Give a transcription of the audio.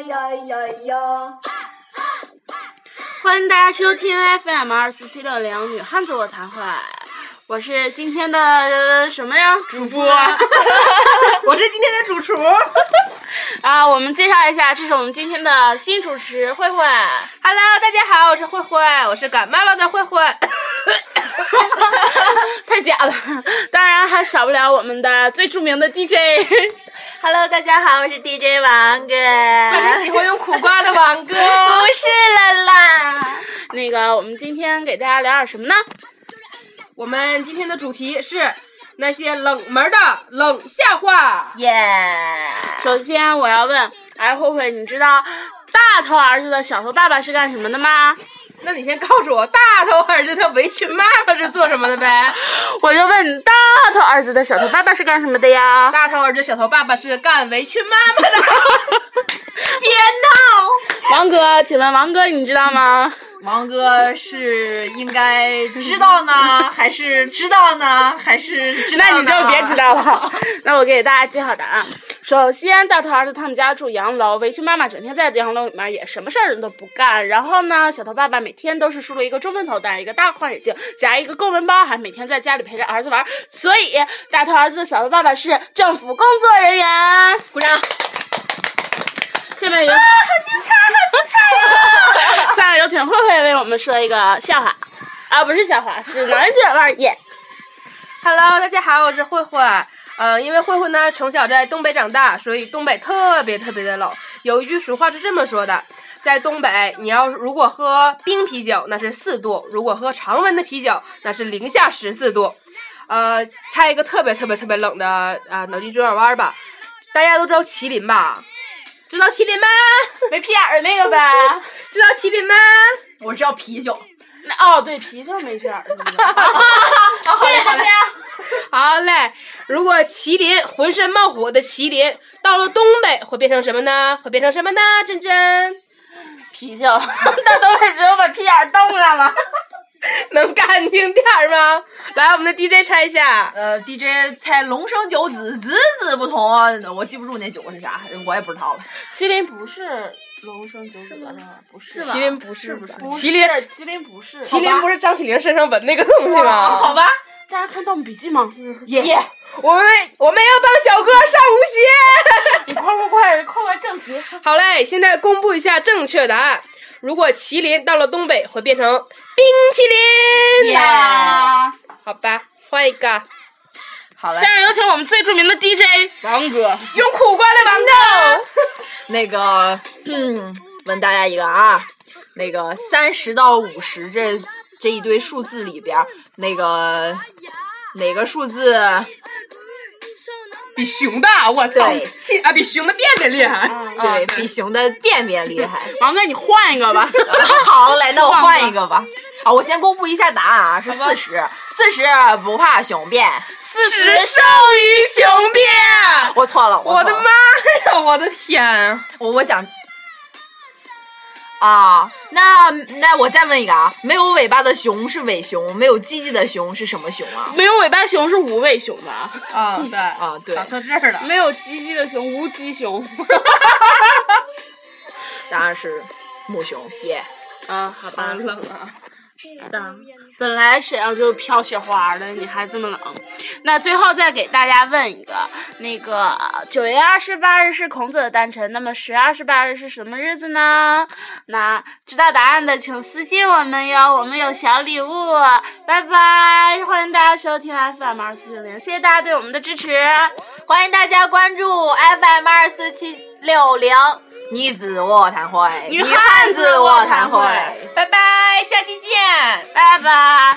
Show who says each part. Speaker 1: 呦呦！
Speaker 2: 欢迎大家收听 FM 二四七六零女汉子我谈会，我是今天的、呃什么呀？主播
Speaker 3: 我是今天的主厨，
Speaker 2: 啊！我们介绍一下，这是我们今天的新主持慧 慧。
Speaker 3: Hello，大家好，我是慧慧，我是感冒了的慧慧。
Speaker 2: 太假了，当然还少不了我们的最著名的 DJ，
Speaker 4: Hello，大家好，我是 DJ 王哥。
Speaker 1: 啊
Speaker 3: 我是喜欢用苦瓜的王哥。
Speaker 4: 不是了啦，
Speaker 2: 那个我们今天给大家聊点什么呢？
Speaker 3: 我们今天的主题是那些冷门的冷笑话。
Speaker 4: 耶、
Speaker 2: 首先我要问，哎，慧慧，你知道大头儿子的小头爸爸是干什么的吗？
Speaker 3: 那你先告诉我，大头儿子的围裙妈妈是做什么的呗？
Speaker 2: 我就问你，大头儿子的小头爸爸是干什么的呀？
Speaker 3: 大头儿子小头爸爸是干围裙妈妈的。
Speaker 2: 王哥，请问王哥你知道吗？
Speaker 3: 王哥是应该
Speaker 4: 知道呢，还是知道呢，还是 知道
Speaker 2: 那
Speaker 4: 呢？
Speaker 2: 你就别知 道了。那我给大家介绍答案。首先，大头儿子他们家住洋楼，围裙妈妈整天在洋楼里面也什么事儿都不干。然后呢，小头爸爸每天都是梳了一个中分头，戴一个大框眼镜，夹一个公文包，还每天在家里陪着儿子玩。所以，大头儿子的小头爸爸是政府工作人员。
Speaker 3: 鼓掌。
Speaker 2: 下面有、下面有请慧慧为我们说一个笑话，啊，不是笑话，是男卷腕耶。
Speaker 3: Hello，大家好，我是慧慧。嗯、因为慧慧呢从小在东北长大，所以东北特别特别的冷。有一句俗话是这么说的：在东北，你要如果喝冰啤酒，那是四度；如果喝常温的啤酒，那是零下十四度。呃，猜一个特别特别特别冷的啊、呃脑筋急转弯吧。大家都知道麒麟吧？知道麒麟吗？
Speaker 2: 没屁眼儿那个呗。
Speaker 3: 知道麒麟吗？
Speaker 1: 我知道啤酒，
Speaker 2: 那哦，对，皮就是没卷儿。是不是谢谢大家。
Speaker 3: 好嘞，如果麒麟浑身冒火的麒麟到了东北会变成什么呢？会变成什么呢？珍珍
Speaker 2: 皮笑，大东北只有把屁眼儿冻上了。
Speaker 3: 能干净点儿吗？来，我们的 DJ 猜一下，
Speaker 1: 呃，DJ 猜龙生九子，子子不同啊，我记不住那九个是啥，我也不知道了。
Speaker 2: 麒麟不是龙生九子的吗？不是
Speaker 3: 麒麟不是
Speaker 2: 不是？
Speaker 3: 麒麟，
Speaker 2: 麒麟不是。
Speaker 3: 麒麟不是张起灵身上纹那个东西吗？
Speaker 4: 好吧，
Speaker 2: 大家看《盗墓笔记》吗？
Speaker 3: 耶我们我们要帮小哥上 无
Speaker 2: 你快快快快快正题。
Speaker 3: 线。好嘞，现在公布一下正确答案。如果麒麟到了东北会变成冰淇淋
Speaker 4: 耶
Speaker 3: 好吧，换一个。
Speaker 1: 好嘞
Speaker 2: 下，面有请我们最著名的 DJ 王哥。
Speaker 3: 用苦瓜的王豆。
Speaker 1: 那个，嗯，问大家一个啊，那个三十到五十这这一堆数字里边儿，那个哪个数字？
Speaker 3: 比熊大，我操
Speaker 1: 对，
Speaker 3: 气啊，比熊的变得厉害。
Speaker 1: 对比熊的便便厉害。
Speaker 2: 嗯 王哥，你换一个 吧。
Speaker 1: 好嘞，那我换一个吧。啊，我先公布一下答案啊，是四十，四十不怕熊变。
Speaker 2: 四
Speaker 3: 只
Speaker 2: 十
Speaker 3: 剩于熊变。
Speaker 1: 我错了，
Speaker 3: 我
Speaker 1: 错
Speaker 3: 的
Speaker 1: 了
Speaker 3: 妈呀！我的天啊！
Speaker 1: 我我讲啊，那那我再问一个啊，没有尾巴的熊是尾熊，没有鸡鸡的熊是什么熊啊？
Speaker 2: 没有尾巴熊是无尾熊吧？
Speaker 3: 啊，对啊，
Speaker 1: 啊，对，
Speaker 3: 错字儿了。
Speaker 2: 没有鸡鸡的熊无鸡 熊。
Speaker 1: 答案是母熊耶。
Speaker 2: 啊，好吧。
Speaker 3: 冷啊！
Speaker 2: 本来沈阳就飘雪花了，你还这么冷。那最后再给大家问一个，那个九月二十八日是孔子的诞辰，那么十月二十八日是什么日子呢？那知道答案的请私信我们哟，我们有小礼物。拜拜，欢迎大家收听 FM 二四零零，谢谢大家对我们的支持。
Speaker 4: 欢迎大家关注 FM 二四七六零，
Speaker 1: 女子我谈会，
Speaker 2: 女汉子我谈会
Speaker 1: 女汉子我谈会
Speaker 3: 拜拜，下期见。
Speaker 2: 拜拜。